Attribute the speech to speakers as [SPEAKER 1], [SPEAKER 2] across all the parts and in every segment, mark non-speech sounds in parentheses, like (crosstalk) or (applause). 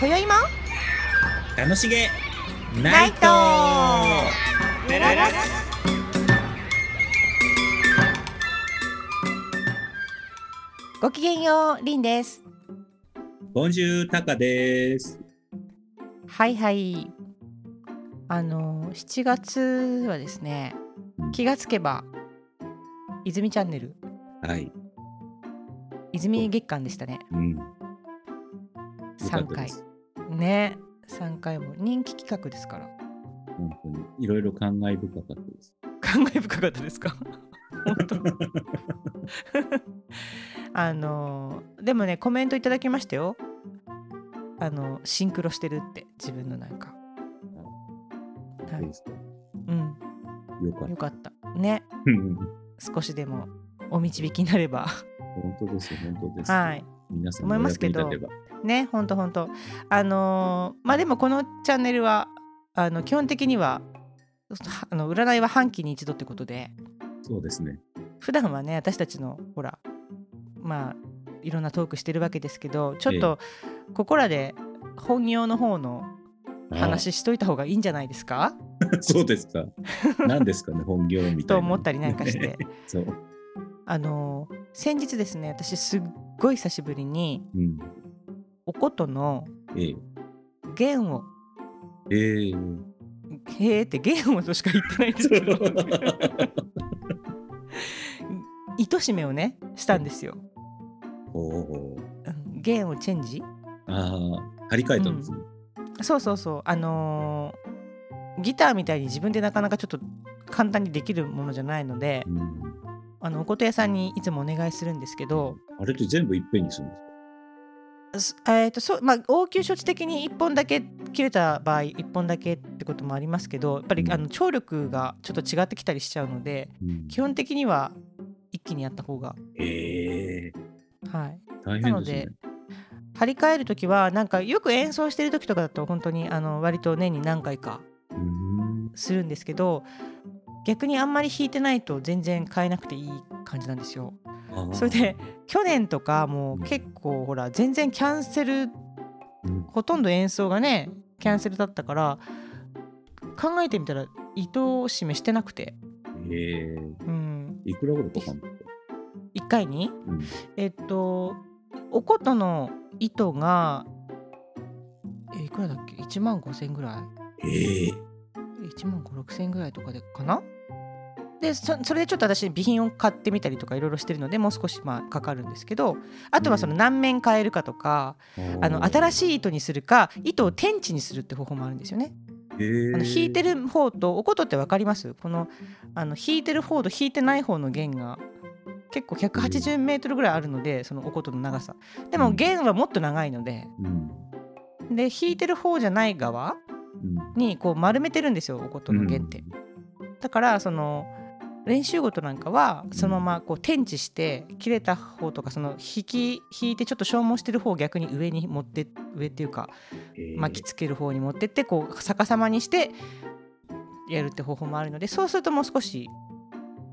[SPEAKER 1] 今宵も
[SPEAKER 2] 楽しげ
[SPEAKER 1] ナ
[SPEAKER 2] ナ
[SPEAKER 1] イ
[SPEAKER 2] イ
[SPEAKER 1] ト
[SPEAKER 2] ト
[SPEAKER 1] ごきげんようりんです
[SPEAKER 2] ボンジュータカです。
[SPEAKER 1] はいはいあの7月はですね気がつけば泉チャンネル
[SPEAKER 2] はい。
[SPEAKER 1] 泉月間でしたね
[SPEAKER 2] うん。よかっ
[SPEAKER 1] 3
[SPEAKER 2] たで
[SPEAKER 1] 回
[SPEAKER 2] す。
[SPEAKER 1] ね3回も人気企画ですから
[SPEAKER 2] 本当に。いろいろ感慨深かったです。
[SPEAKER 1] 感慨深かったです (laughs) か本当あのでもねコメントいただきましたよあのシンクロしてるって自分のなんかはい
[SPEAKER 2] どうですか
[SPEAKER 1] うん
[SPEAKER 2] よかった
[SPEAKER 1] よ。かったね
[SPEAKER 2] うん
[SPEAKER 1] 少しでもお導きになれ (laughs) ば
[SPEAKER 2] (laughs) 本当ですよ、本当です。
[SPEAKER 1] はい。
[SPEAKER 2] 皆さん
[SPEAKER 1] 思い
[SPEAKER 2] のお
[SPEAKER 1] ます
[SPEAKER 2] 役
[SPEAKER 1] け
[SPEAKER 2] に
[SPEAKER 1] ど
[SPEAKER 2] 立てば。
[SPEAKER 1] ねほんとほんとあのーまあでもこのチャンネルはあの基本的にははあの占いは半期に一度ってことで
[SPEAKER 2] そうですね。
[SPEAKER 1] 普段はね私たちのほらまあいろんなトークしてるわけですけどちょっとここらで本業の方の
[SPEAKER 2] あー。
[SPEAKER 1] 話しといた方がいいんじゃないですか
[SPEAKER 2] (laughs) そうで
[SPEAKER 1] (laughs)
[SPEAKER 2] すか。何ですかね、本業みたいな。
[SPEAKER 1] と思ったりなんかし。
[SPEAKER 2] (laughs)
[SPEAKER 1] て
[SPEAKER 2] そう。
[SPEAKER 1] あのー先日ですね私すっごい久しぶりに
[SPEAKER 2] うん。
[SPEAKER 1] おことの
[SPEAKER 2] ええ。
[SPEAKER 1] 弦を
[SPEAKER 2] ええ。 (laughs)
[SPEAKER 1] 「へえ」って弦をとしか言ってないんですけど
[SPEAKER 2] (laughs)
[SPEAKER 1] 糸締めをねしたんですよ。
[SPEAKER 2] おお。
[SPEAKER 1] うん弦をチェンジ
[SPEAKER 2] ああ、張り替えたんですね。
[SPEAKER 1] そうそうそうあのーギターみたいに自分でなかなかちょっと簡単にできるものじゃないので
[SPEAKER 2] うん
[SPEAKER 1] あのおこと屋さんにいつもお願いするんですけど、
[SPEAKER 2] あれって全部いっぺんにするんです
[SPEAKER 1] すえーとそうまあ、応急処置的に1本だけ切れた場合1本だけってこともありますけどやっぱり
[SPEAKER 2] うん
[SPEAKER 1] あの聴力がちょっと違ってきたりしちゃうので基
[SPEAKER 2] か。
[SPEAKER 1] 本的には一気にやった方が、
[SPEAKER 2] ええ。
[SPEAKER 1] はい、
[SPEAKER 2] 大変ですね。
[SPEAKER 1] 張り替える時はなんかよく演奏してる時とかだと本当にあの割と年に何回か
[SPEAKER 2] うーん。
[SPEAKER 1] するんですけど逆にあんまり弾いてないと全然変えなくていい感じなんですよ。
[SPEAKER 2] あー
[SPEAKER 1] それで去年とかもう
[SPEAKER 2] うん
[SPEAKER 1] 結構ほら全然キャンセル
[SPEAKER 2] うん
[SPEAKER 1] ほとんど演奏がねキャンセルだったから考えてみたら糸を示してなくて、
[SPEAKER 2] ええ。
[SPEAKER 1] うん、
[SPEAKER 2] いくらぐらいかかるんですか
[SPEAKER 1] 1回に
[SPEAKER 2] うん
[SPEAKER 1] えっとおことの糸がえいくらだっけ1万5,000ぐらい
[SPEAKER 2] ええ。
[SPEAKER 1] 1万5 6千ぐらいとかでかなでそそれでちょっと私備品を買ってみたりとかいろいろしてるのでもう少しまあかかるんですけどあとはその
[SPEAKER 2] うん
[SPEAKER 1] 何面変えるかとか、あの新しい糸にするか糸を天地にするって方法もあるんですよね。
[SPEAKER 2] い、
[SPEAKER 1] あの弾いてる方とおことって分かりますこのあの弾いてる方と弾いてない方の弦が結構1 8 0ルぐらいあるのでそのおことの長さで
[SPEAKER 2] う
[SPEAKER 1] も
[SPEAKER 2] ん
[SPEAKER 1] 弦はもっと長いので
[SPEAKER 2] うん。
[SPEAKER 1] で弾いてる方じゃない側
[SPEAKER 2] うん。
[SPEAKER 1] にこう丸めてるんですよおことの弦って。だからその練習ごとなんかはそのままこう転地して切れた方とかその引き引いてちょっと消耗してる方を逆に上に持って上っていうか
[SPEAKER 2] ええ
[SPEAKER 1] 巻きつける方に持ってってこう逆さまにしてやるって方法もあるのでそうするともう少し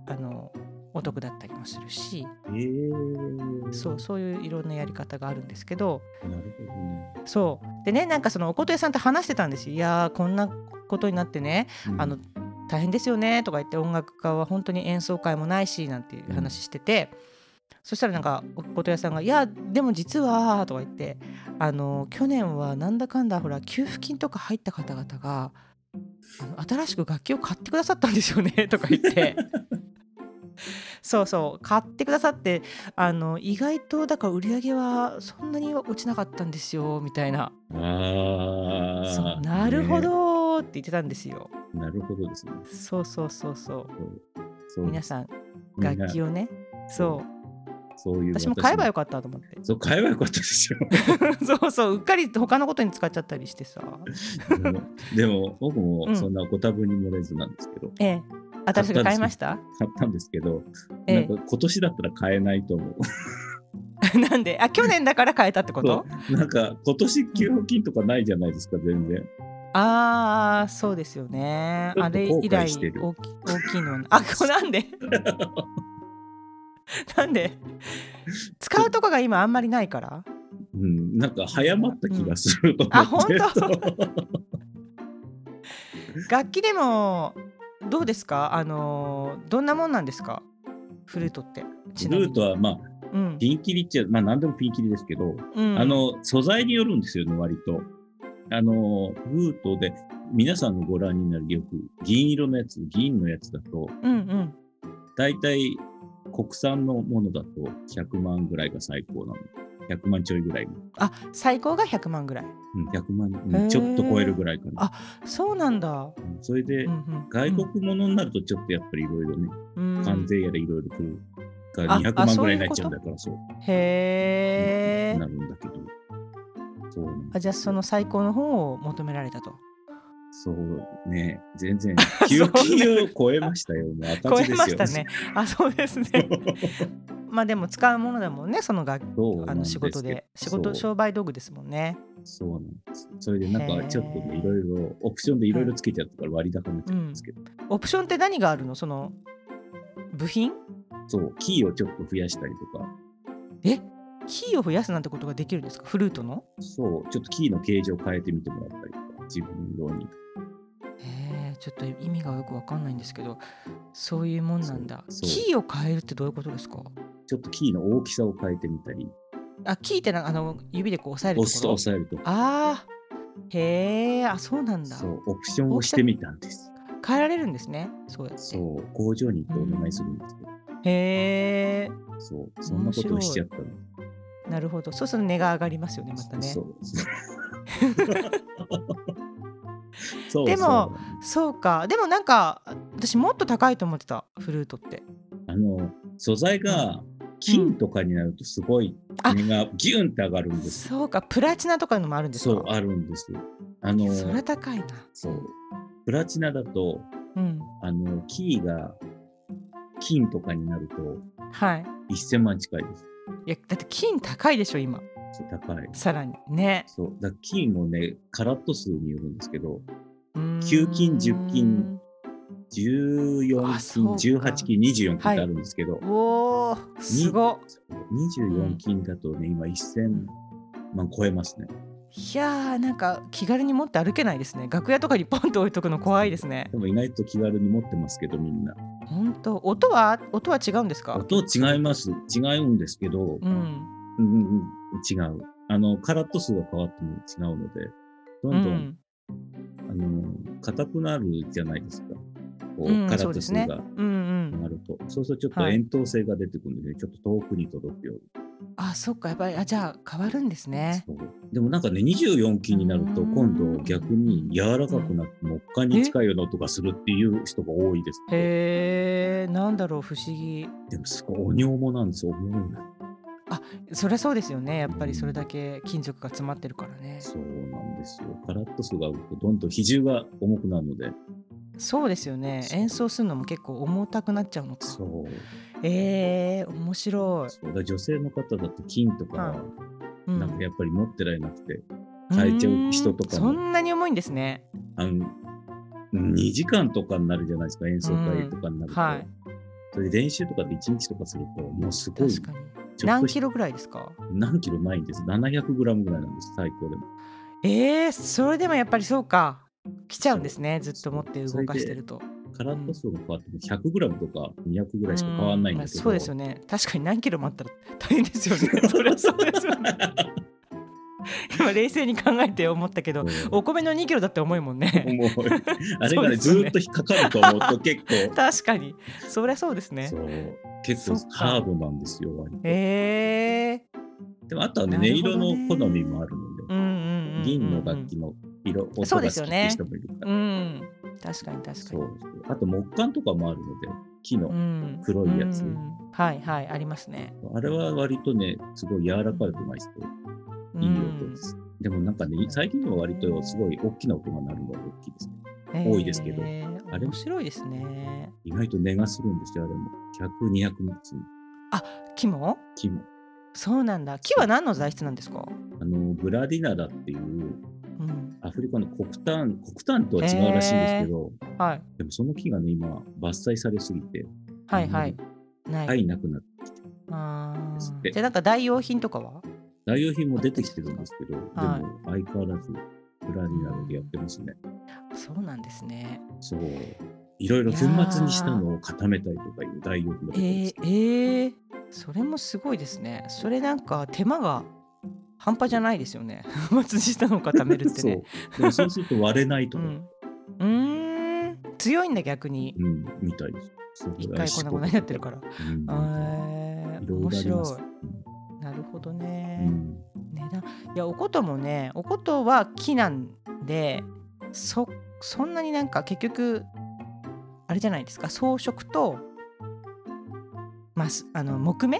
[SPEAKER 1] あのお得だったりもするし
[SPEAKER 2] ええ
[SPEAKER 1] そうそういういろんなやり方があるんですけど
[SPEAKER 2] なるほどね。
[SPEAKER 1] そうでねなんかそのお琴屋さんと話してたんですよ。いやーこんなことになってね
[SPEAKER 2] うん
[SPEAKER 1] あの、大変ですよねとか言って音楽家は本当に演奏会もないしなんていう話してて、そしたらなんかお琴屋さんが「いやでも実は」とか言ってあの去年はなんだかんだほら給付金とか入った方々があの新しく楽器を買ってくださったんです (laughs) よねとか言って。そうそう買ってくださってあの意外とだから売り上げはそんなに落ちなかったんですよみたいな
[SPEAKER 2] あ
[SPEAKER 1] そう
[SPEAKER 2] あ。
[SPEAKER 1] なるほ
[SPEAKER 2] ね
[SPEAKER 1] どーって言ってたんですよ。
[SPEAKER 2] え。なるほどですね。
[SPEAKER 1] そうそうそうそう
[SPEAKER 2] そう
[SPEAKER 1] 皆さん楽器
[SPEAKER 2] を。
[SPEAKER 1] をね
[SPEAKER 2] そ
[SPEAKER 1] そうう
[SPEAKER 2] そういう
[SPEAKER 1] 私も買えば
[SPEAKER 2] よ
[SPEAKER 1] よかったと思って
[SPEAKER 2] そう、買えばよかったで
[SPEAKER 1] (laughs)
[SPEAKER 2] すよ。
[SPEAKER 1] そうそううっかり他のことに使っちゃったりしてさ
[SPEAKER 2] でもでも、僕
[SPEAKER 1] う
[SPEAKER 2] も
[SPEAKER 1] ん
[SPEAKER 2] そんなご多分に漏れずなんですけど、
[SPEAKER 1] ええ新しく買いました
[SPEAKER 2] 買ったんですけど、
[SPEAKER 1] え
[SPEAKER 2] なんか今年だったら買えないと思う。
[SPEAKER 1] え (laughs) なんであ去年だから買えたってこと
[SPEAKER 2] そうなんか今年給付金とかないじゃないですか、全然。
[SPEAKER 1] ああそうですよね
[SPEAKER 2] ちょ
[SPEAKER 1] あ
[SPEAKER 2] っと
[SPEAKER 1] れ
[SPEAKER 2] 後
[SPEAKER 1] 以来
[SPEAKER 2] 悔
[SPEAKER 1] 大
[SPEAKER 2] し
[SPEAKER 1] き
[SPEAKER 2] て
[SPEAKER 1] 大
[SPEAKER 2] る
[SPEAKER 1] きいのはあこなん
[SPEAKER 2] (laughs)
[SPEAKER 1] でなんで使うとこが今あんまりないから
[SPEAKER 2] うん、なんか早まった気がすると
[SPEAKER 1] あ
[SPEAKER 2] 思って、
[SPEAKER 1] 楽器でもどうですかあのどんなもんなんですかフルートって (laughs) ちなみに
[SPEAKER 2] ルートはまあ
[SPEAKER 1] うん、
[SPEAKER 2] ピンキリっちゃまあ何でもピンキリですけど、
[SPEAKER 1] うん、
[SPEAKER 2] あの素材によるんですよね割と。あのルートで皆さんのご覧になるよく銀色のやつ銀のやつだと
[SPEAKER 1] うんうん
[SPEAKER 2] 大体国産のものだと100万ぐらいが最高なの。100万ちょいぐらいの。
[SPEAKER 1] あ最高が100万ぐらい
[SPEAKER 2] うん100万うんちょっと超えるぐらいかな。
[SPEAKER 1] そうなんだ、
[SPEAKER 2] うんそれで
[SPEAKER 1] うんうん、
[SPEAKER 2] 外国ものになるとちょっとやっぱりいろいろね、
[SPEAKER 1] うん、うん
[SPEAKER 2] 関税やらいろいろ来るか
[SPEAKER 1] あ
[SPEAKER 2] ら200
[SPEAKER 1] あ
[SPEAKER 2] 万
[SPEAKER 1] そ
[SPEAKER 2] ぐ
[SPEAKER 1] う
[SPEAKER 2] ら
[SPEAKER 1] い
[SPEAKER 2] いうになっ
[SPEAKER 1] こと
[SPEAKER 2] ちゃうんだからそう
[SPEAKER 1] へえ
[SPEAKER 2] なるんだけど。そうなん
[SPEAKER 1] あじゃあその最高の方を求められたと
[SPEAKER 2] そうね、全
[SPEAKER 1] (laughs)
[SPEAKER 2] 然、給金を超えましたよ。もう赤
[SPEAKER 1] 超
[SPEAKER 2] 字
[SPEAKER 1] え
[SPEAKER 2] で
[SPEAKER 1] ますし
[SPEAKER 2] よ
[SPEAKER 1] たね。あそうですね (laughs) まあでも使うものだもんねその楽器
[SPEAKER 2] そう
[SPEAKER 1] あ
[SPEAKER 2] なん
[SPEAKER 1] の
[SPEAKER 2] です
[SPEAKER 1] 仕
[SPEAKER 2] けど
[SPEAKER 1] 事で仕事
[SPEAKER 2] そう
[SPEAKER 1] 商売道具ですもんね
[SPEAKER 2] そうなんです。それでなん
[SPEAKER 1] へー
[SPEAKER 2] かちょっとね、いろいろ、オプションでいろいろつけちゃったから割高になっちゃうんですけど、
[SPEAKER 1] オプションって何があるのその部品
[SPEAKER 2] そう、キーをちょっと増やしたりとか、
[SPEAKER 1] えキーを増やすなんてことができるんですかフルートの
[SPEAKER 2] そう、ちょっとキーの形状変えてみてもらったりとか、自分用に。
[SPEAKER 1] えー、ちょっと意味がよくわかんないんですけどそういうもんなんだ
[SPEAKER 2] そうそう
[SPEAKER 1] キーを変えるってどういうことですか
[SPEAKER 2] ちょっとキーの大きさを変えてみたり、
[SPEAKER 1] あキーってなあの指でこう押さえると
[SPEAKER 2] 押す
[SPEAKER 1] ことろ
[SPEAKER 2] 押さえるとか、
[SPEAKER 1] あーへえあそうなんだ
[SPEAKER 2] そう、オプションをしてみたんです。
[SPEAKER 1] 変えられるんですねそうやって
[SPEAKER 2] そう、工場に行ってお願いするんですけど、
[SPEAKER 1] へえ
[SPEAKER 2] そう、そんなことをしちゃったの。
[SPEAKER 1] なるほどそうすると値が上がりますよねまたね
[SPEAKER 2] そうそう
[SPEAKER 1] (laughs)
[SPEAKER 2] そう
[SPEAKER 1] でも
[SPEAKER 2] そう
[SPEAKER 1] そうかでもなんか私もっと高いと思ってたフルートって
[SPEAKER 2] あの素材が金とかになるとすごい
[SPEAKER 1] あ
[SPEAKER 2] 値がギュンって上がるんです、
[SPEAKER 1] そうかプラチナとかいうのもあるんですか
[SPEAKER 2] そうあるんですあの
[SPEAKER 1] そりゃ高いな
[SPEAKER 2] そうプラチナだと
[SPEAKER 1] うん
[SPEAKER 2] あのキーが金とかになると
[SPEAKER 1] はい
[SPEAKER 2] 1000万近いです
[SPEAKER 1] いやだって金高いでしょ今
[SPEAKER 2] そう高い
[SPEAKER 1] さらにね
[SPEAKER 2] そうだから金もねカラット数によるんですけど
[SPEAKER 1] うーん
[SPEAKER 2] 9金10金
[SPEAKER 1] あそう
[SPEAKER 2] 14
[SPEAKER 1] か
[SPEAKER 2] 金18金24金ってあるんですけど、
[SPEAKER 1] おおすご
[SPEAKER 2] 24金だとね、今1000万超えますね。
[SPEAKER 1] いやーなんか気軽に持って歩けないですね楽屋とかにポンと置いとくの怖いですね
[SPEAKER 2] でも意外と気軽に持ってますけど、みんな。
[SPEAKER 1] 本当音は音は違うんですか
[SPEAKER 2] 音違います。違うんですけど、
[SPEAKER 1] うん
[SPEAKER 2] うんうんうん違う。あの、カラット数が変わっても違うので、ど
[SPEAKER 1] うん
[SPEAKER 2] どん、
[SPEAKER 1] ん
[SPEAKER 2] あの、硬くなるじゃないですか。こう、
[SPEAKER 1] うん
[SPEAKER 2] カラ
[SPEAKER 1] そ
[SPEAKER 2] ッ
[SPEAKER 1] う
[SPEAKER 2] ト
[SPEAKER 1] で
[SPEAKER 2] 数
[SPEAKER 1] すね
[SPEAKER 2] が
[SPEAKER 1] うんうん
[SPEAKER 2] なると。そうするとちょっと
[SPEAKER 1] はい
[SPEAKER 2] 円筒性が出てくるので、ちょっと遠くに届くように。
[SPEAKER 1] あそっかやっぱりあじゃあ変わるんですね
[SPEAKER 2] そうでもなんかね、24金になると、
[SPEAKER 1] うん
[SPEAKER 2] 今度逆に柔らかくなって、木管に近いような音がするっていう人が多いですね。
[SPEAKER 1] へえんだろう不思議
[SPEAKER 2] でもすごいお尿もなんですよ。重いな
[SPEAKER 1] そりゃそうですよねやっぱりそれだけ金属が詰まってるからね
[SPEAKER 2] そうなんですよ。カラット数が上がるとどんどん比重が重くなるので。
[SPEAKER 1] そうですよね
[SPEAKER 2] そう
[SPEAKER 1] 演奏するのも結構重たくなっちゃうのか
[SPEAKER 2] そう。
[SPEAKER 1] えー、面白い、
[SPEAKER 2] そうだから女性の方だと金と
[SPEAKER 1] は
[SPEAKER 2] か、
[SPEAKER 1] う
[SPEAKER 2] なんかやっぱり持ってられなくて、変えちゃう人とかも
[SPEAKER 1] うーんそんなに重いんですね
[SPEAKER 2] あの、2時間とかになるじゃないですか、演奏会とかになると。
[SPEAKER 1] はい
[SPEAKER 2] それで練習とかで1日とかすると、もうすごい、
[SPEAKER 1] 確
[SPEAKER 2] ちょ
[SPEAKER 1] かに
[SPEAKER 2] っと
[SPEAKER 1] 何
[SPEAKER 2] し
[SPEAKER 1] キロぐらいですか
[SPEAKER 2] 何キロないんです。700グラムぐらいなんです、最高でも。
[SPEAKER 1] えー、それでもやっぱりそうか来ちゃうんですねずっと持って
[SPEAKER 2] そう
[SPEAKER 1] 動かしてると
[SPEAKER 2] カラット数が変わっても100グラムとか200ぐらいしか変わらないんだけど。
[SPEAKER 1] うまあそうですよね確かに何キロもあったら大変ですよ
[SPEAKER 2] (laughs)
[SPEAKER 1] ねそれはそうですよね今冷静に考えて思ったけど
[SPEAKER 2] そう
[SPEAKER 1] お米の2キロだって重いもんね
[SPEAKER 2] 重い。
[SPEAKER 1] (laughs)
[SPEAKER 2] あれがね、
[SPEAKER 1] そうですよ
[SPEAKER 2] ず
[SPEAKER 1] ね。
[SPEAKER 2] ーっと引っかかると思うと結
[SPEAKER 1] (laughs)
[SPEAKER 2] 構
[SPEAKER 1] 確かにそりゃそうですね
[SPEAKER 2] そう結
[SPEAKER 1] そ
[SPEAKER 2] 構
[SPEAKER 1] っか
[SPEAKER 2] ハードなんですよ、割と
[SPEAKER 1] え
[SPEAKER 2] でもあとはね、
[SPEAKER 1] な
[SPEAKER 2] 音
[SPEAKER 1] るほ
[SPEAKER 2] 色
[SPEAKER 1] どね
[SPEAKER 2] の好みもあるの
[SPEAKER 1] ー、う
[SPEAKER 2] で、
[SPEAKER 1] んうんうんうんうん
[SPEAKER 2] 銀の楽器の色、音が
[SPEAKER 1] そう
[SPEAKER 2] 好
[SPEAKER 1] で
[SPEAKER 2] きっ
[SPEAKER 1] すよ
[SPEAKER 2] て
[SPEAKER 1] ね
[SPEAKER 2] 人もいるから。
[SPEAKER 1] うん確かに確か
[SPEAKER 2] そ
[SPEAKER 1] に
[SPEAKER 2] うあと木管とかもあるので、木の。
[SPEAKER 1] ん
[SPEAKER 2] 黒いやつ
[SPEAKER 1] うんはいはいありますね
[SPEAKER 2] あれは割とね、すごい柔らかくないして、いい音です。でもなんかね、最近では割とすごい大きな音が鳴るのが大きいです。
[SPEAKER 1] うん
[SPEAKER 2] 多いですけど
[SPEAKER 1] えー
[SPEAKER 2] あれ
[SPEAKER 1] 面白いですね
[SPEAKER 2] 意外と値がするんですよ、あれも。100、200もつ
[SPEAKER 1] 木も
[SPEAKER 2] 木も。
[SPEAKER 1] そうなんだ木は何の材質なんですか、
[SPEAKER 2] あの、ブラディナダっていう
[SPEAKER 1] うん、
[SPEAKER 2] アフリカの黒炭、黒炭とは違うらしいんですけど、
[SPEAKER 1] はい
[SPEAKER 2] でもその木がね、今、伐採されすぎて、
[SPEAKER 1] はいはいない、
[SPEAKER 2] はい、なくなって、
[SPEAKER 1] あ
[SPEAKER 2] ですっ
[SPEAKER 1] ー
[SPEAKER 2] て
[SPEAKER 1] じゃあなんか代用品とかは
[SPEAKER 2] 代用品も出てきてるんですけど、でも
[SPEAKER 1] はい
[SPEAKER 2] 相変わらずグラニナルでやってますね。
[SPEAKER 1] そうなんですね。
[SPEAKER 2] そう。いろいろ粉末にしたのを固めたりとかいう代用品
[SPEAKER 1] え
[SPEAKER 2] が出てます
[SPEAKER 1] ー、えー、それもすごいですね。それなんか手間が半端じゃないですよね。 (laughs) 粉末にしたのを固めるってね。
[SPEAKER 2] そう。でもそうすると割れないと
[SPEAKER 1] う
[SPEAKER 2] か、うん
[SPEAKER 1] ん。うーん強いんだ逆に。
[SPEAKER 2] みたいです。それ
[SPEAKER 1] 一
[SPEAKER 2] ぐらい
[SPEAKER 1] 回粉々になってるから。 (laughs)
[SPEAKER 2] うん
[SPEAKER 1] え
[SPEAKER 2] い
[SPEAKER 1] ー、
[SPEAKER 2] ろいろ
[SPEAKER 1] 面
[SPEAKER 2] あり
[SPEAKER 1] 白
[SPEAKER 2] ます。
[SPEAKER 1] い。なるほど
[SPEAKER 2] う
[SPEAKER 1] ね。
[SPEAKER 2] ん
[SPEAKER 1] 値段いやおこともねおことは木なんでそそんなになんか結局あれじゃないですか装飾と、まあ、すあの木目、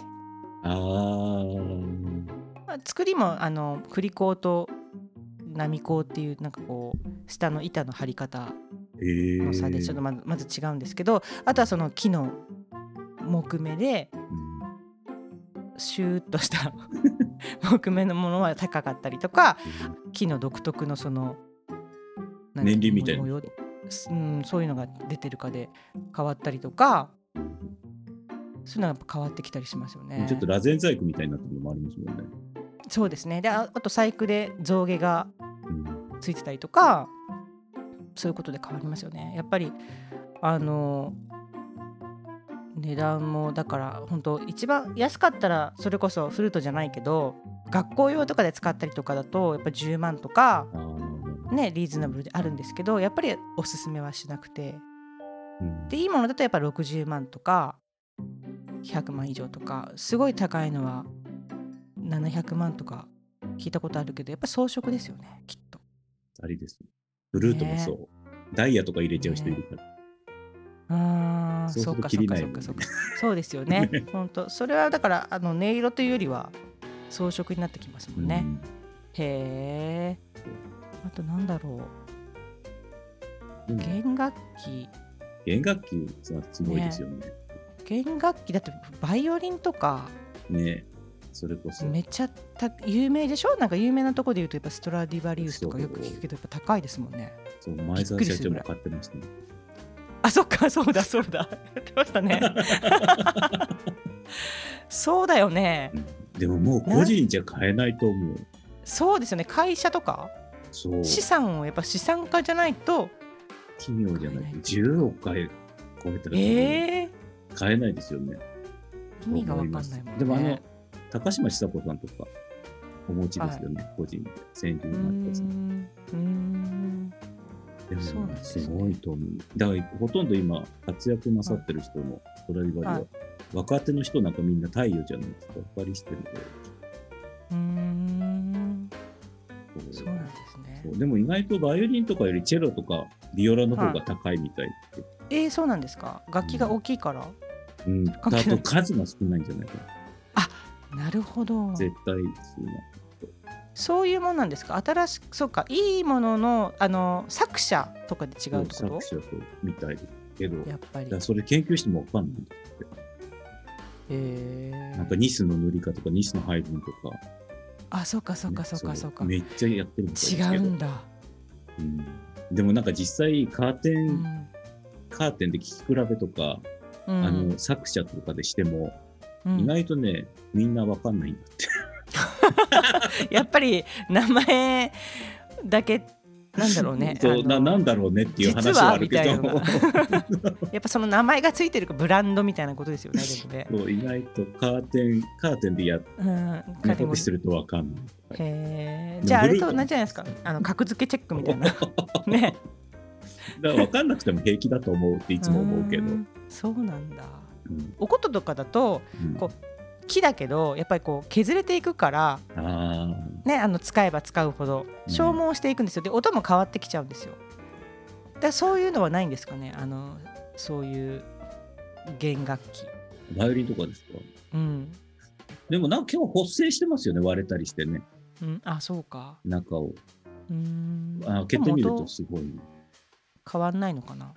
[SPEAKER 2] あー
[SPEAKER 1] まあ、作りもあの栗鋼と波鋼っていうなんかこう下の板の張り方
[SPEAKER 2] えー
[SPEAKER 1] の差でちょっとまずまず違うんですけどあとはその木の木目で
[SPEAKER 2] うん
[SPEAKER 1] シューッとした (laughs) 木目のものは高かったりとか木の独特のそのなんて
[SPEAKER 2] 年輪みたいな
[SPEAKER 1] 模様すうん、そういうのが出てるかで変わったりとかそういうのがやっぱ変わってきたりしますよね
[SPEAKER 2] ちょっと螺旋細工みたいになってるのもありますもんね。
[SPEAKER 1] そうですねでああと細工で象牙が
[SPEAKER 2] うん
[SPEAKER 1] ついてたりとかそういうことで変わりますよねやっぱりあの値段もだから本当一番安かったらそれこそフルートじゃないけど学校用とかで使ったりとかだとやっぱ10万とか
[SPEAKER 2] あー
[SPEAKER 1] ねリーズナブルであるんですけどやっぱりおすすめはしなくて
[SPEAKER 2] うん
[SPEAKER 1] でいいものだとやっぱ60万とか100万以上とかすごい高いのは700万とか聞いたことあるけどやっぱ装飾ですよねきっと。
[SPEAKER 2] ありです。ブルートもそう。ダイヤとか入れちゃう人いるから。
[SPEAKER 1] あー
[SPEAKER 2] そうす
[SPEAKER 1] そっ
[SPEAKER 2] ると
[SPEAKER 1] か
[SPEAKER 2] 切
[SPEAKER 1] そっ
[SPEAKER 2] り
[SPEAKER 1] か
[SPEAKER 2] ない
[SPEAKER 1] そっかそっかそうですよね本当それはだからあの音色というよりは装飾になってきますもんね、
[SPEAKER 2] うん
[SPEAKER 1] へえあとなんだろう
[SPEAKER 2] でも
[SPEAKER 1] 弦楽器
[SPEAKER 2] 弦楽器さ、すごいですよね。
[SPEAKER 1] 弦楽器だってバイオリンとか
[SPEAKER 2] ね。それこそ。
[SPEAKER 1] めっちゃた有名でしょなんか有名なとこで言うとやっぱストラディバリウスとかよく聞くけどやっぱ高いですもんね
[SPEAKER 2] そう前澤社長も買ってましたね。
[SPEAKER 1] あそっかそうだそうだやってました
[SPEAKER 2] (laughs)
[SPEAKER 1] ねそうだよね
[SPEAKER 2] でももう個人じゃ買えないと思う。
[SPEAKER 1] そうですよね会社とか
[SPEAKER 2] そう。
[SPEAKER 1] 資産をやっぱ資産家じゃないと
[SPEAKER 2] 企業じゃない。10億回超えたら
[SPEAKER 1] ええ
[SPEAKER 2] 買えないですよね。
[SPEAKER 1] 意味がわかんないもんね。
[SPEAKER 2] でもあの、高島ちさ子さんとか、お持ちですよね、個人で。千住
[SPEAKER 1] うー
[SPEAKER 2] のマリコさん。
[SPEAKER 1] んうーん
[SPEAKER 2] で
[SPEAKER 1] そうなん
[SPEAKER 2] も、
[SPEAKER 1] です
[SPEAKER 2] す
[SPEAKER 1] ね
[SPEAKER 2] ごいと思う。だから、ほとんど今、活躍なさってる人のストラディバリは
[SPEAKER 1] はい、
[SPEAKER 2] 若手の人なんかみんな太陽じゃないですか、バリしてるので。
[SPEAKER 1] うーん
[SPEAKER 2] こ
[SPEAKER 1] そうなんですね
[SPEAKER 2] そうでも意外とバイオリンとかよりチェロとかビオラの方が高いみたいで、
[SPEAKER 1] えー、そうなんですか楽器が大きいから、
[SPEAKER 2] うん、あ
[SPEAKER 1] 関係ない
[SPEAKER 2] と数が少ないんじゃないか
[SPEAKER 1] なるほど
[SPEAKER 2] な絶対少ない
[SPEAKER 1] そういうもんなんですか新しくそうかいいもののあの作者とかで違うってこ
[SPEAKER 2] 作者とみたいだけど
[SPEAKER 1] とや
[SPEAKER 2] だ
[SPEAKER 1] っぱり
[SPEAKER 2] からそれ研究してもわかんないんだって
[SPEAKER 1] え
[SPEAKER 2] なんかニスの塗り方とかニスの配分とか、
[SPEAKER 1] あそうかそうかそうかそうか
[SPEAKER 2] めっちゃやってるみたいですけど
[SPEAKER 1] 違うんだ、
[SPEAKER 2] うんでもなんか実際カーテン、
[SPEAKER 1] うん
[SPEAKER 2] カーテンで聞き比べとか、
[SPEAKER 1] うん
[SPEAKER 2] あの作者とかでしても、
[SPEAKER 1] うん
[SPEAKER 2] 意外とねみんなわかんないんだって
[SPEAKER 1] (laughs) やっぱり名前だけなんだろうね
[SPEAKER 2] (laughs) そう
[SPEAKER 1] あ
[SPEAKER 2] な
[SPEAKER 1] の
[SPEAKER 2] なんだろうねっていう話
[SPEAKER 1] 実は
[SPEAKER 2] はあるけど
[SPEAKER 1] みたいなやっぱその名前がついてるかブランドみたいなことですよねで
[SPEAKER 2] (laughs) (laughs) そう意外とカーテンカーテンでやっ
[SPEAKER 1] もね。うん、
[SPEAKER 2] て
[SPEAKER 1] カテゴ
[SPEAKER 2] る
[SPEAKER 1] リ
[SPEAKER 2] (laughs) して
[SPEAKER 1] ー
[SPEAKER 2] るとわかんない。
[SPEAKER 1] へーじゃああれと同じじゃないですかあの格付けチェックみた
[SPEAKER 2] (laughs)
[SPEAKER 1] いなね
[SPEAKER 2] だからわかんなくても平気だと思うってい
[SPEAKER 1] い
[SPEAKER 2] つも思うけど。
[SPEAKER 1] そうなんだ
[SPEAKER 2] うん
[SPEAKER 1] おこととかだと
[SPEAKER 2] うん
[SPEAKER 1] こ木だけどやっぱりこう削れていくから
[SPEAKER 2] あ
[SPEAKER 1] ねあの使えば使うほど
[SPEAKER 2] うん
[SPEAKER 1] 消耗していくんですよで音も変わってきちゃうんですよだからそういうのはないんですかねあのそういう弦楽器
[SPEAKER 2] ーバイオリンとかですか
[SPEAKER 1] うん、
[SPEAKER 2] でもなんか今日発生してますよね割れたりしてね
[SPEAKER 1] うん、あそうか
[SPEAKER 2] 中を
[SPEAKER 1] うーん
[SPEAKER 2] あ開けてみる
[SPEAKER 1] でも
[SPEAKER 2] と
[SPEAKER 1] 音
[SPEAKER 2] すごい
[SPEAKER 1] 変わんないのかな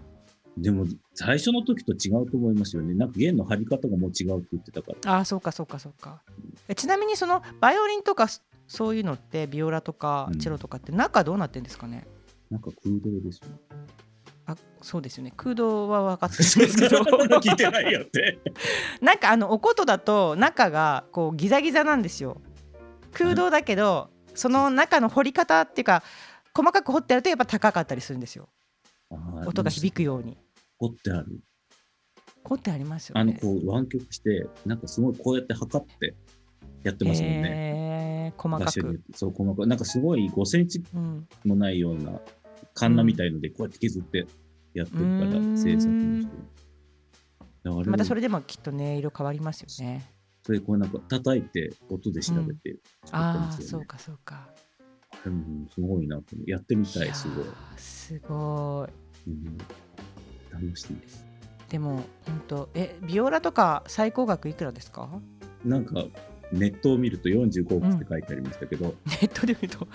[SPEAKER 2] でも最初の時と違うと思いますよねなんか弦の張り方がもう違うって言ってたから
[SPEAKER 1] あそうかそうかそうかえちなみにそのバイオリンとかそそういうのってビオラとか
[SPEAKER 2] うん
[SPEAKER 1] チェロとかって中どうなってんですかね、
[SPEAKER 2] なんか空洞ですよね
[SPEAKER 1] あそうですよね空洞は分かってるんですけど
[SPEAKER 2] (laughs) そんな
[SPEAKER 1] (laughs)
[SPEAKER 2] こと聞いてないよって
[SPEAKER 1] なんかあのおことだと中がこうギザギザなんですよ空洞だけどその中の掘り方っていうか細かく掘ってあるとやっぱ高かったりするんですよ音が響くように
[SPEAKER 2] く。凝ってある。
[SPEAKER 1] 掘ってありますよ
[SPEAKER 2] あの、
[SPEAKER 1] ね
[SPEAKER 2] こう、湾曲して、なんかすごいこうやって測ってやってますもん
[SPEAKER 1] へ
[SPEAKER 2] ね。
[SPEAKER 1] ー細
[SPEAKER 2] 場
[SPEAKER 1] か
[SPEAKER 2] 所によ
[SPEAKER 1] く、
[SPEAKER 2] ってそう、細かい。なんかすごい5センチ
[SPEAKER 1] うん、
[SPEAKER 2] もないようなカンナみたいので、こうやって削ってやってるから、
[SPEAKER 1] うん
[SPEAKER 2] 制作の人。だからあれ
[SPEAKER 1] またそれでもきっとね色変わりますよね
[SPEAKER 2] それこうなんか叩いて音で調べて作って
[SPEAKER 1] あ
[SPEAKER 2] ま
[SPEAKER 1] あ
[SPEAKER 2] す
[SPEAKER 1] そ
[SPEAKER 2] よ
[SPEAKER 1] う
[SPEAKER 2] ね。
[SPEAKER 1] かそうか
[SPEAKER 2] うん、すごいなと思うやってみたい、すごい
[SPEAKER 1] や。ーすごい
[SPEAKER 2] うん楽しい。
[SPEAKER 1] でも本当えビオラとか最高額いくらですか (laughs)
[SPEAKER 2] なんかネットを見ると45億って書いてありましたけど、
[SPEAKER 1] ネットで見ると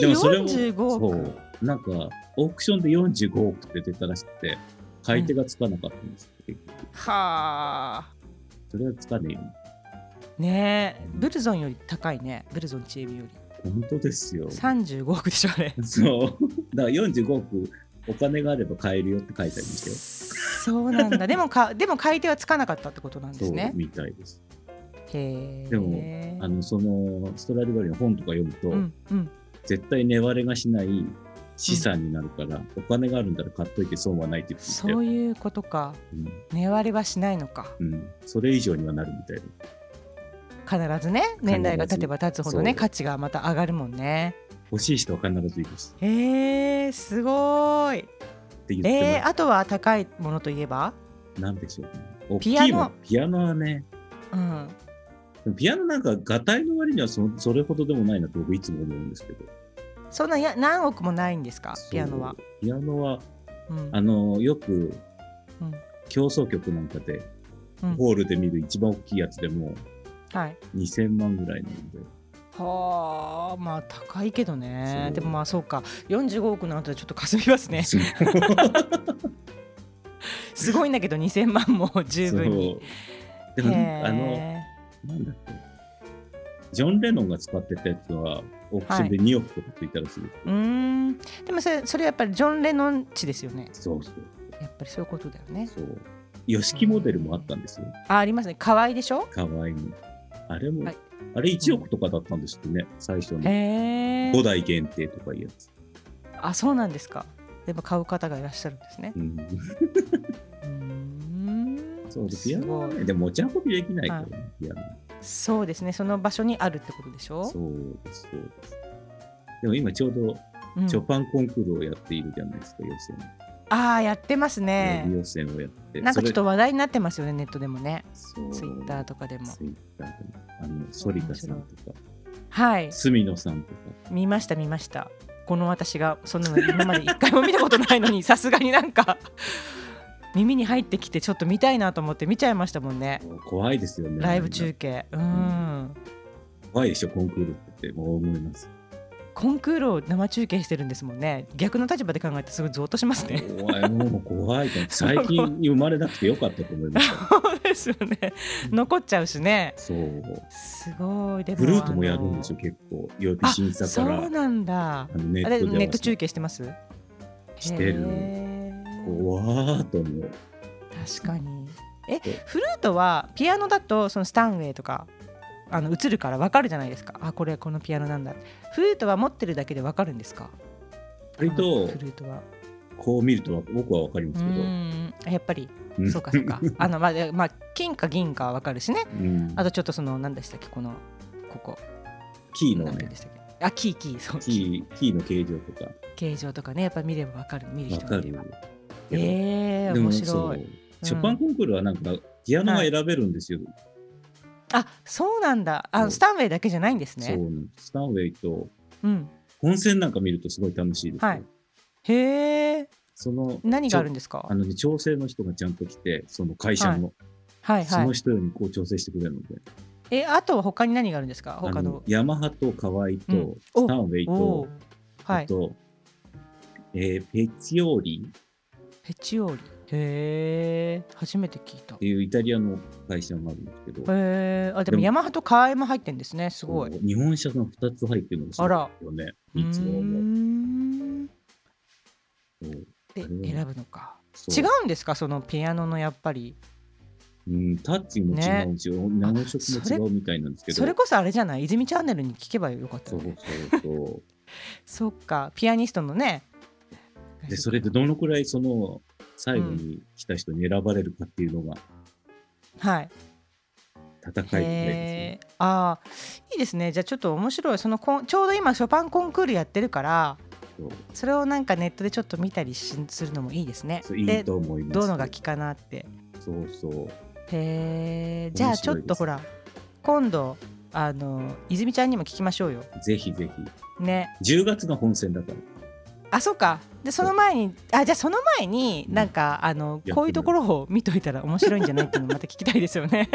[SPEAKER 2] でもそれを
[SPEAKER 1] 45億
[SPEAKER 2] そうなんかオークションで45億って出たらしくて買い手がつかなかったんですけど、結局
[SPEAKER 1] はあ
[SPEAKER 2] それはつかねえよ
[SPEAKER 1] ねえブルゾンより高いねブルゾンチエビより
[SPEAKER 2] 本当ですよ
[SPEAKER 1] 35億でしょあれ
[SPEAKER 2] そうだから45億お金があれば買えるよって書いてありましたよ
[SPEAKER 1] そうなんだでもか (laughs) でも買い手はつかなかったってことなんで
[SPEAKER 2] そ
[SPEAKER 1] す
[SPEAKER 2] う
[SPEAKER 1] ね
[SPEAKER 2] みたいです
[SPEAKER 1] へえ
[SPEAKER 2] でもあのそのストラディバリの本とか読むと、
[SPEAKER 1] うんうん
[SPEAKER 2] 絶対値割れがしない資産になるから、お金があるんだら買っといて損はないって言ってた
[SPEAKER 1] そ
[SPEAKER 2] よ
[SPEAKER 1] ういうことか
[SPEAKER 2] うん
[SPEAKER 1] 値割れはしないのか
[SPEAKER 2] うん、それ以上にはなるみたいな
[SPEAKER 1] 必ずね年代が経てば経つほどね
[SPEAKER 2] そう
[SPEAKER 1] 価値がまた上がるもんね
[SPEAKER 2] 欲しい人は必ずいます
[SPEAKER 1] へえすごい
[SPEAKER 2] って言っても、
[SPEAKER 1] えー、あとは高いものといえば、
[SPEAKER 2] なんでしょうね。大き
[SPEAKER 1] ピアノ
[SPEAKER 2] いもんピアノはね、
[SPEAKER 1] うん、
[SPEAKER 2] ピアノなんか、がたいの割にはそそれほどでもないなと僕いつも思うんですけど。
[SPEAKER 1] そんなや何億もないんですかピアノは
[SPEAKER 2] そう。。ピアノは、
[SPEAKER 1] うん
[SPEAKER 2] あの、よく
[SPEAKER 1] うん
[SPEAKER 2] 競争曲なんかで、
[SPEAKER 1] うん
[SPEAKER 2] ホールで見る一番大きいやつでも
[SPEAKER 1] はい、
[SPEAKER 2] 2000万ぐらいなんで、
[SPEAKER 1] はあまあ高いけどね
[SPEAKER 2] そう
[SPEAKER 1] でもまあそうか45億の後でちょっとかすみますね
[SPEAKER 2] そう
[SPEAKER 1] すごいんだけど2000万も (laughs) 十分に。
[SPEAKER 2] でもなんかあの、
[SPEAKER 1] へ
[SPEAKER 2] なんだっけ、ジョン・レノンが使ってたやつは、オークションで2億とかついたらしいです、
[SPEAKER 1] えうーんでもそれそれやっぱりジョン・レノン値ですよね
[SPEAKER 2] そうそう。
[SPEAKER 1] やっぱりそういうことだよね
[SPEAKER 2] そう。吉木モデルもあったんですよ。
[SPEAKER 1] あありますね可愛いでしょ
[SPEAKER 2] 可愛いの。あれも、
[SPEAKER 1] はい
[SPEAKER 2] あれ1億とかだったんですってね、最初の。
[SPEAKER 1] へえ
[SPEAKER 2] 5台限定とかいうやつ。
[SPEAKER 1] あそうなんですかやっぱ買う方がいらっしゃるんですね
[SPEAKER 2] うん、
[SPEAKER 1] うーん
[SPEAKER 2] そうで、ピ
[SPEAKER 1] す
[SPEAKER 2] アノは
[SPEAKER 1] ごい
[SPEAKER 2] ね、でも持ち運びできないからね、ピア
[SPEAKER 1] そうですねその場所にあるってことでしょ
[SPEAKER 2] ノ。そうです、そうです。でも今ちょうど、
[SPEAKER 1] うん
[SPEAKER 2] ショパンコンクールをやっているじゃないですか、予選。
[SPEAKER 1] ああやってますね
[SPEAKER 2] 予選をやって。
[SPEAKER 1] なんか
[SPEAKER 2] そ
[SPEAKER 1] ちょ
[SPEAKER 2] れ
[SPEAKER 1] っと、話題になってますよねネットでもねツ
[SPEAKER 2] ツ
[SPEAKER 1] イッターとかでも
[SPEAKER 2] ツイッターでも。あの、反田さんとか、
[SPEAKER 1] はい
[SPEAKER 2] 角野さんとか。
[SPEAKER 1] 見ました見ましたこの私がそんなの今まで一回も見たことないのに (laughs) さすがになんか耳に入ってきてちょっと見たいなと思って見ちゃいましたもんね
[SPEAKER 2] 怖いですよね。
[SPEAKER 1] ライブ中。継うん
[SPEAKER 2] 怖いでしょ、コンクールってって、もう思います。
[SPEAKER 1] コンクールを生中継してるんですもんね逆の立場で考えてすごいゾッとしますね
[SPEAKER 2] 怖い、もう怖いと思 (laughs) って。最近生まれなくてよかったと思
[SPEAKER 1] (laughs)
[SPEAKER 2] いました。
[SPEAKER 1] そうですよね残っちゃうしね
[SPEAKER 2] そう。
[SPEAKER 1] すごいでも
[SPEAKER 2] フルートもやるんです
[SPEAKER 1] す
[SPEAKER 2] よ、
[SPEAKER 1] よ
[SPEAKER 2] 結構。予備
[SPEAKER 1] あ
[SPEAKER 2] 審査から。
[SPEAKER 1] そうなんだ
[SPEAKER 2] あのネ
[SPEAKER 1] あれ
[SPEAKER 2] ットで
[SPEAKER 1] ネット中継してます
[SPEAKER 2] してる
[SPEAKER 1] へー
[SPEAKER 2] 怖ーと思う。
[SPEAKER 1] 確かにえ
[SPEAKER 2] そう
[SPEAKER 1] フルートはピアノだとそのスタンウェイとかあの映るから分かるじゃないですかあこれこのピアノなんだフルートは持ってるだけで分かるんですか
[SPEAKER 2] 割
[SPEAKER 1] あの
[SPEAKER 2] と
[SPEAKER 1] フ、ルートは
[SPEAKER 2] こう見ると僕はわかりま
[SPEAKER 1] う
[SPEAKER 2] すけど。
[SPEAKER 1] ーんやっぱり
[SPEAKER 2] ん
[SPEAKER 1] そうかそうかあのまあ、でまあ、金か銀かは分かるしね
[SPEAKER 2] (laughs) うん
[SPEAKER 1] あとちょっとその何でしたっけこのここ
[SPEAKER 2] キーの
[SPEAKER 1] 何て言うん
[SPEAKER 2] ね
[SPEAKER 1] で、したっけあキーキーそうキー
[SPEAKER 2] キー、キーの形状とか、
[SPEAKER 1] 形状とかねやっぱ見れば分かる見る
[SPEAKER 2] わ
[SPEAKER 1] 人
[SPEAKER 2] か
[SPEAKER 1] がいれ
[SPEAKER 2] る
[SPEAKER 1] ば。えー、
[SPEAKER 2] でも
[SPEAKER 1] 面
[SPEAKER 2] そ
[SPEAKER 1] 白
[SPEAKER 2] う
[SPEAKER 1] い。
[SPEAKER 2] ショパンコンクールはなんか、ピアノが選べるんですよ。
[SPEAKER 1] あそうなんだあ
[SPEAKER 2] そう
[SPEAKER 1] のスタンウェイだけじゃないんです
[SPEAKER 2] そ
[SPEAKER 1] ね
[SPEAKER 2] うなんです。スタンウェイと、
[SPEAKER 1] うん
[SPEAKER 2] 本戦なんか見るとすごい楽しいですよ。
[SPEAKER 1] はいへえ
[SPEAKER 2] その、
[SPEAKER 1] 何があるんです
[SPEAKER 2] あ
[SPEAKER 1] か
[SPEAKER 2] のね、調整の人がちゃんと来て、その会社の。
[SPEAKER 1] はい
[SPEAKER 2] そ
[SPEAKER 1] は
[SPEAKER 2] の
[SPEAKER 1] い。
[SPEAKER 2] 人よりこう調整してくれるので、
[SPEAKER 1] え、あとは他に何があるんですか。
[SPEAKER 2] あ
[SPEAKER 1] 他
[SPEAKER 2] の
[SPEAKER 1] の。
[SPEAKER 2] ヤマハとカワイ
[SPEAKER 1] う
[SPEAKER 2] と
[SPEAKER 1] ん
[SPEAKER 2] スタンウェイ
[SPEAKER 1] お
[SPEAKER 2] と
[SPEAKER 1] お、。は
[SPEAKER 2] あ
[SPEAKER 1] い。
[SPEAKER 2] と、えーペチオーリっ
[SPEAKER 1] ペチオーリ。へえ、初めて聞いた。
[SPEAKER 2] ていうイタリアの会社もあるんですけど、
[SPEAKER 1] へえ、あ、で
[SPEAKER 2] で
[SPEAKER 1] も
[SPEAKER 2] も
[SPEAKER 1] ヤマハとカーエも入ってんですね。すごい。
[SPEAKER 2] そう日本車が2つ入ってるのがすごいですよね。
[SPEAKER 1] う
[SPEAKER 2] いつ
[SPEAKER 1] ー
[SPEAKER 2] もも
[SPEAKER 1] ん。
[SPEAKER 2] そう
[SPEAKER 1] で、
[SPEAKER 2] うん
[SPEAKER 1] 選ぶのか。
[SPEAKER 2] そう
[SPEAKER 1] 違うんですか、そのピアノのやっぱり。
[SPEAKER 2] うん、タッチも違うし、何色
[SPEAKER 1] それ
[SPEAKER 2] も違うみたいなんですけど。
[SPEAKER 1] それこそあれじゃない泉チャンネルに聞けばよかった
[SPEAKER 2] そう
[SPEAKER 1] よね
[SPEAKER 2] そうそ
[SPEAKER 1] そっかピアニストのね
[SPEAKER 2] う。で、それでどのくらいその最後に来た人に選ばれるかっていうのが
[SPEAKER 1] はい
[SPEAKER 2] 戦いみたいで
[SPEAKER 1] へーあーいいですねじゃあちょっと面白いそのコンちょうど今ショパンコンクールやってるから
[SPEAKER 2] すよ。そう
[SPEAKER 1] それをなんかネットでちょっと見たりしするのもいいですね
[SPEAKER 2] そういい
[SPEAKER 1] で
[SPEAKER 2] と思います。
[SPEAKER 1] どの楽器かなって
[SPEAKER 2] そうそう。
[SPEAKER 1] へえじゃあちょっ
[SPEAKER 2] 面白いで
[SPEAKER 1] と
[SPEAKER 2] す
[SPEAKER 1] ほら今度あの泉ちゃんにも聞きましょうよ
[SPEAKER 2] ぜひぜ
[SPEAKER 1] ね
[SPEAKER 2] ひ。10月が本戦だから。
[SPEAKER 1] あそうかでその前にあじゃあその前に
[SPEAKER 2] うん
[SPEAKER 1] なんか、あの
[SPEAKER 2] みよう
[SPEAKER 1] こういうところを見といたら面白いんじゃないっていうのまた聞きたいですよね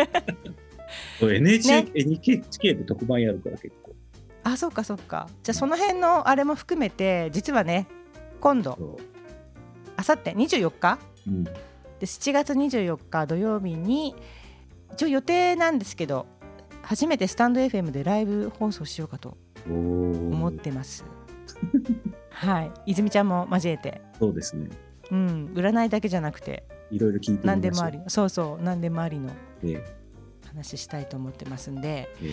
[SPEAKER 2] そう NHK、
[SPEAKER 1] ね
[SPEAKER 2] NHK で特番やるから結構。
[SPEAKER 1] (laughs) あそうかそうかじゃあその辺のあれも含めて実はね今度
[SPEAKER 2] そ
[SPEAKER 1] あさって24日
[SPEAKER 2] う。うん。
[SPEAKER 1] で7月24日土曜日に一応予定なんですけど初めてスタンド FM でライブ放送しようかと
[SPEAKER 2] お
[SPEAKER 1] 思っ
[SPEAKER 2] お。
[SPEAKER 1] て (laughs) ます、はい泉ちゃんも交えて
[SPEAKER 2] そうですね。
[SPEAKER 1] うん占いだけじゃなくて
[SPEAKER 2] いろいろ聞いてみましょう
[SPEAKER 1] 何でもあり。そうそう何でもありの
[SPEAKER 2] ええ
[SPEAKER 1] 話したいと思ってますんで
[SPEAKER 2] ええ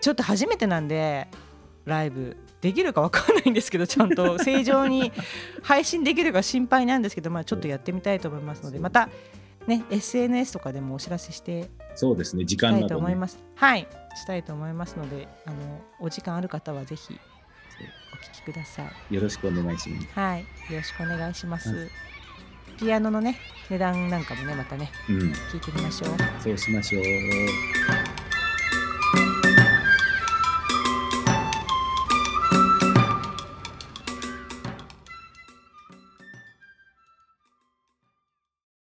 [SPEAKER 1] ちょっと初めてなんでライブできるかわかんないんですけどちゃんと正常に配信できるか心配なんですけど、まあ、ちょっとやってみたいと思いますのでまた、ね、SNS とかでもお知らせして
[SPEAKER 2] そうですね。時
[SPEAKER 1] した
[SPEAKER 2] 間
[SPEAKER 1] い
[SPEAKER 2] な
[SPEAKER 1] と
[SPEAKER 2] ど
[SPEAKER 1] 思い
[SPEAKER 2] ね。
[SPEAKER 1] ます。はい、したいと思いますので、あのお時間ある方はぜひお聞きください。
[SPEAKER 2] よろしくお願いします。
[SPEAKER 1] はい、よろしくお願いしま
[SPEAKER 2] は
[SPEAKER 1] す。ピアノのね、値段なんかもね、またね、
[SPEAKER 2] うん。
[SPEAKER 1] 聞いてみましょう。
[SPEAKER 2] そうしましょう。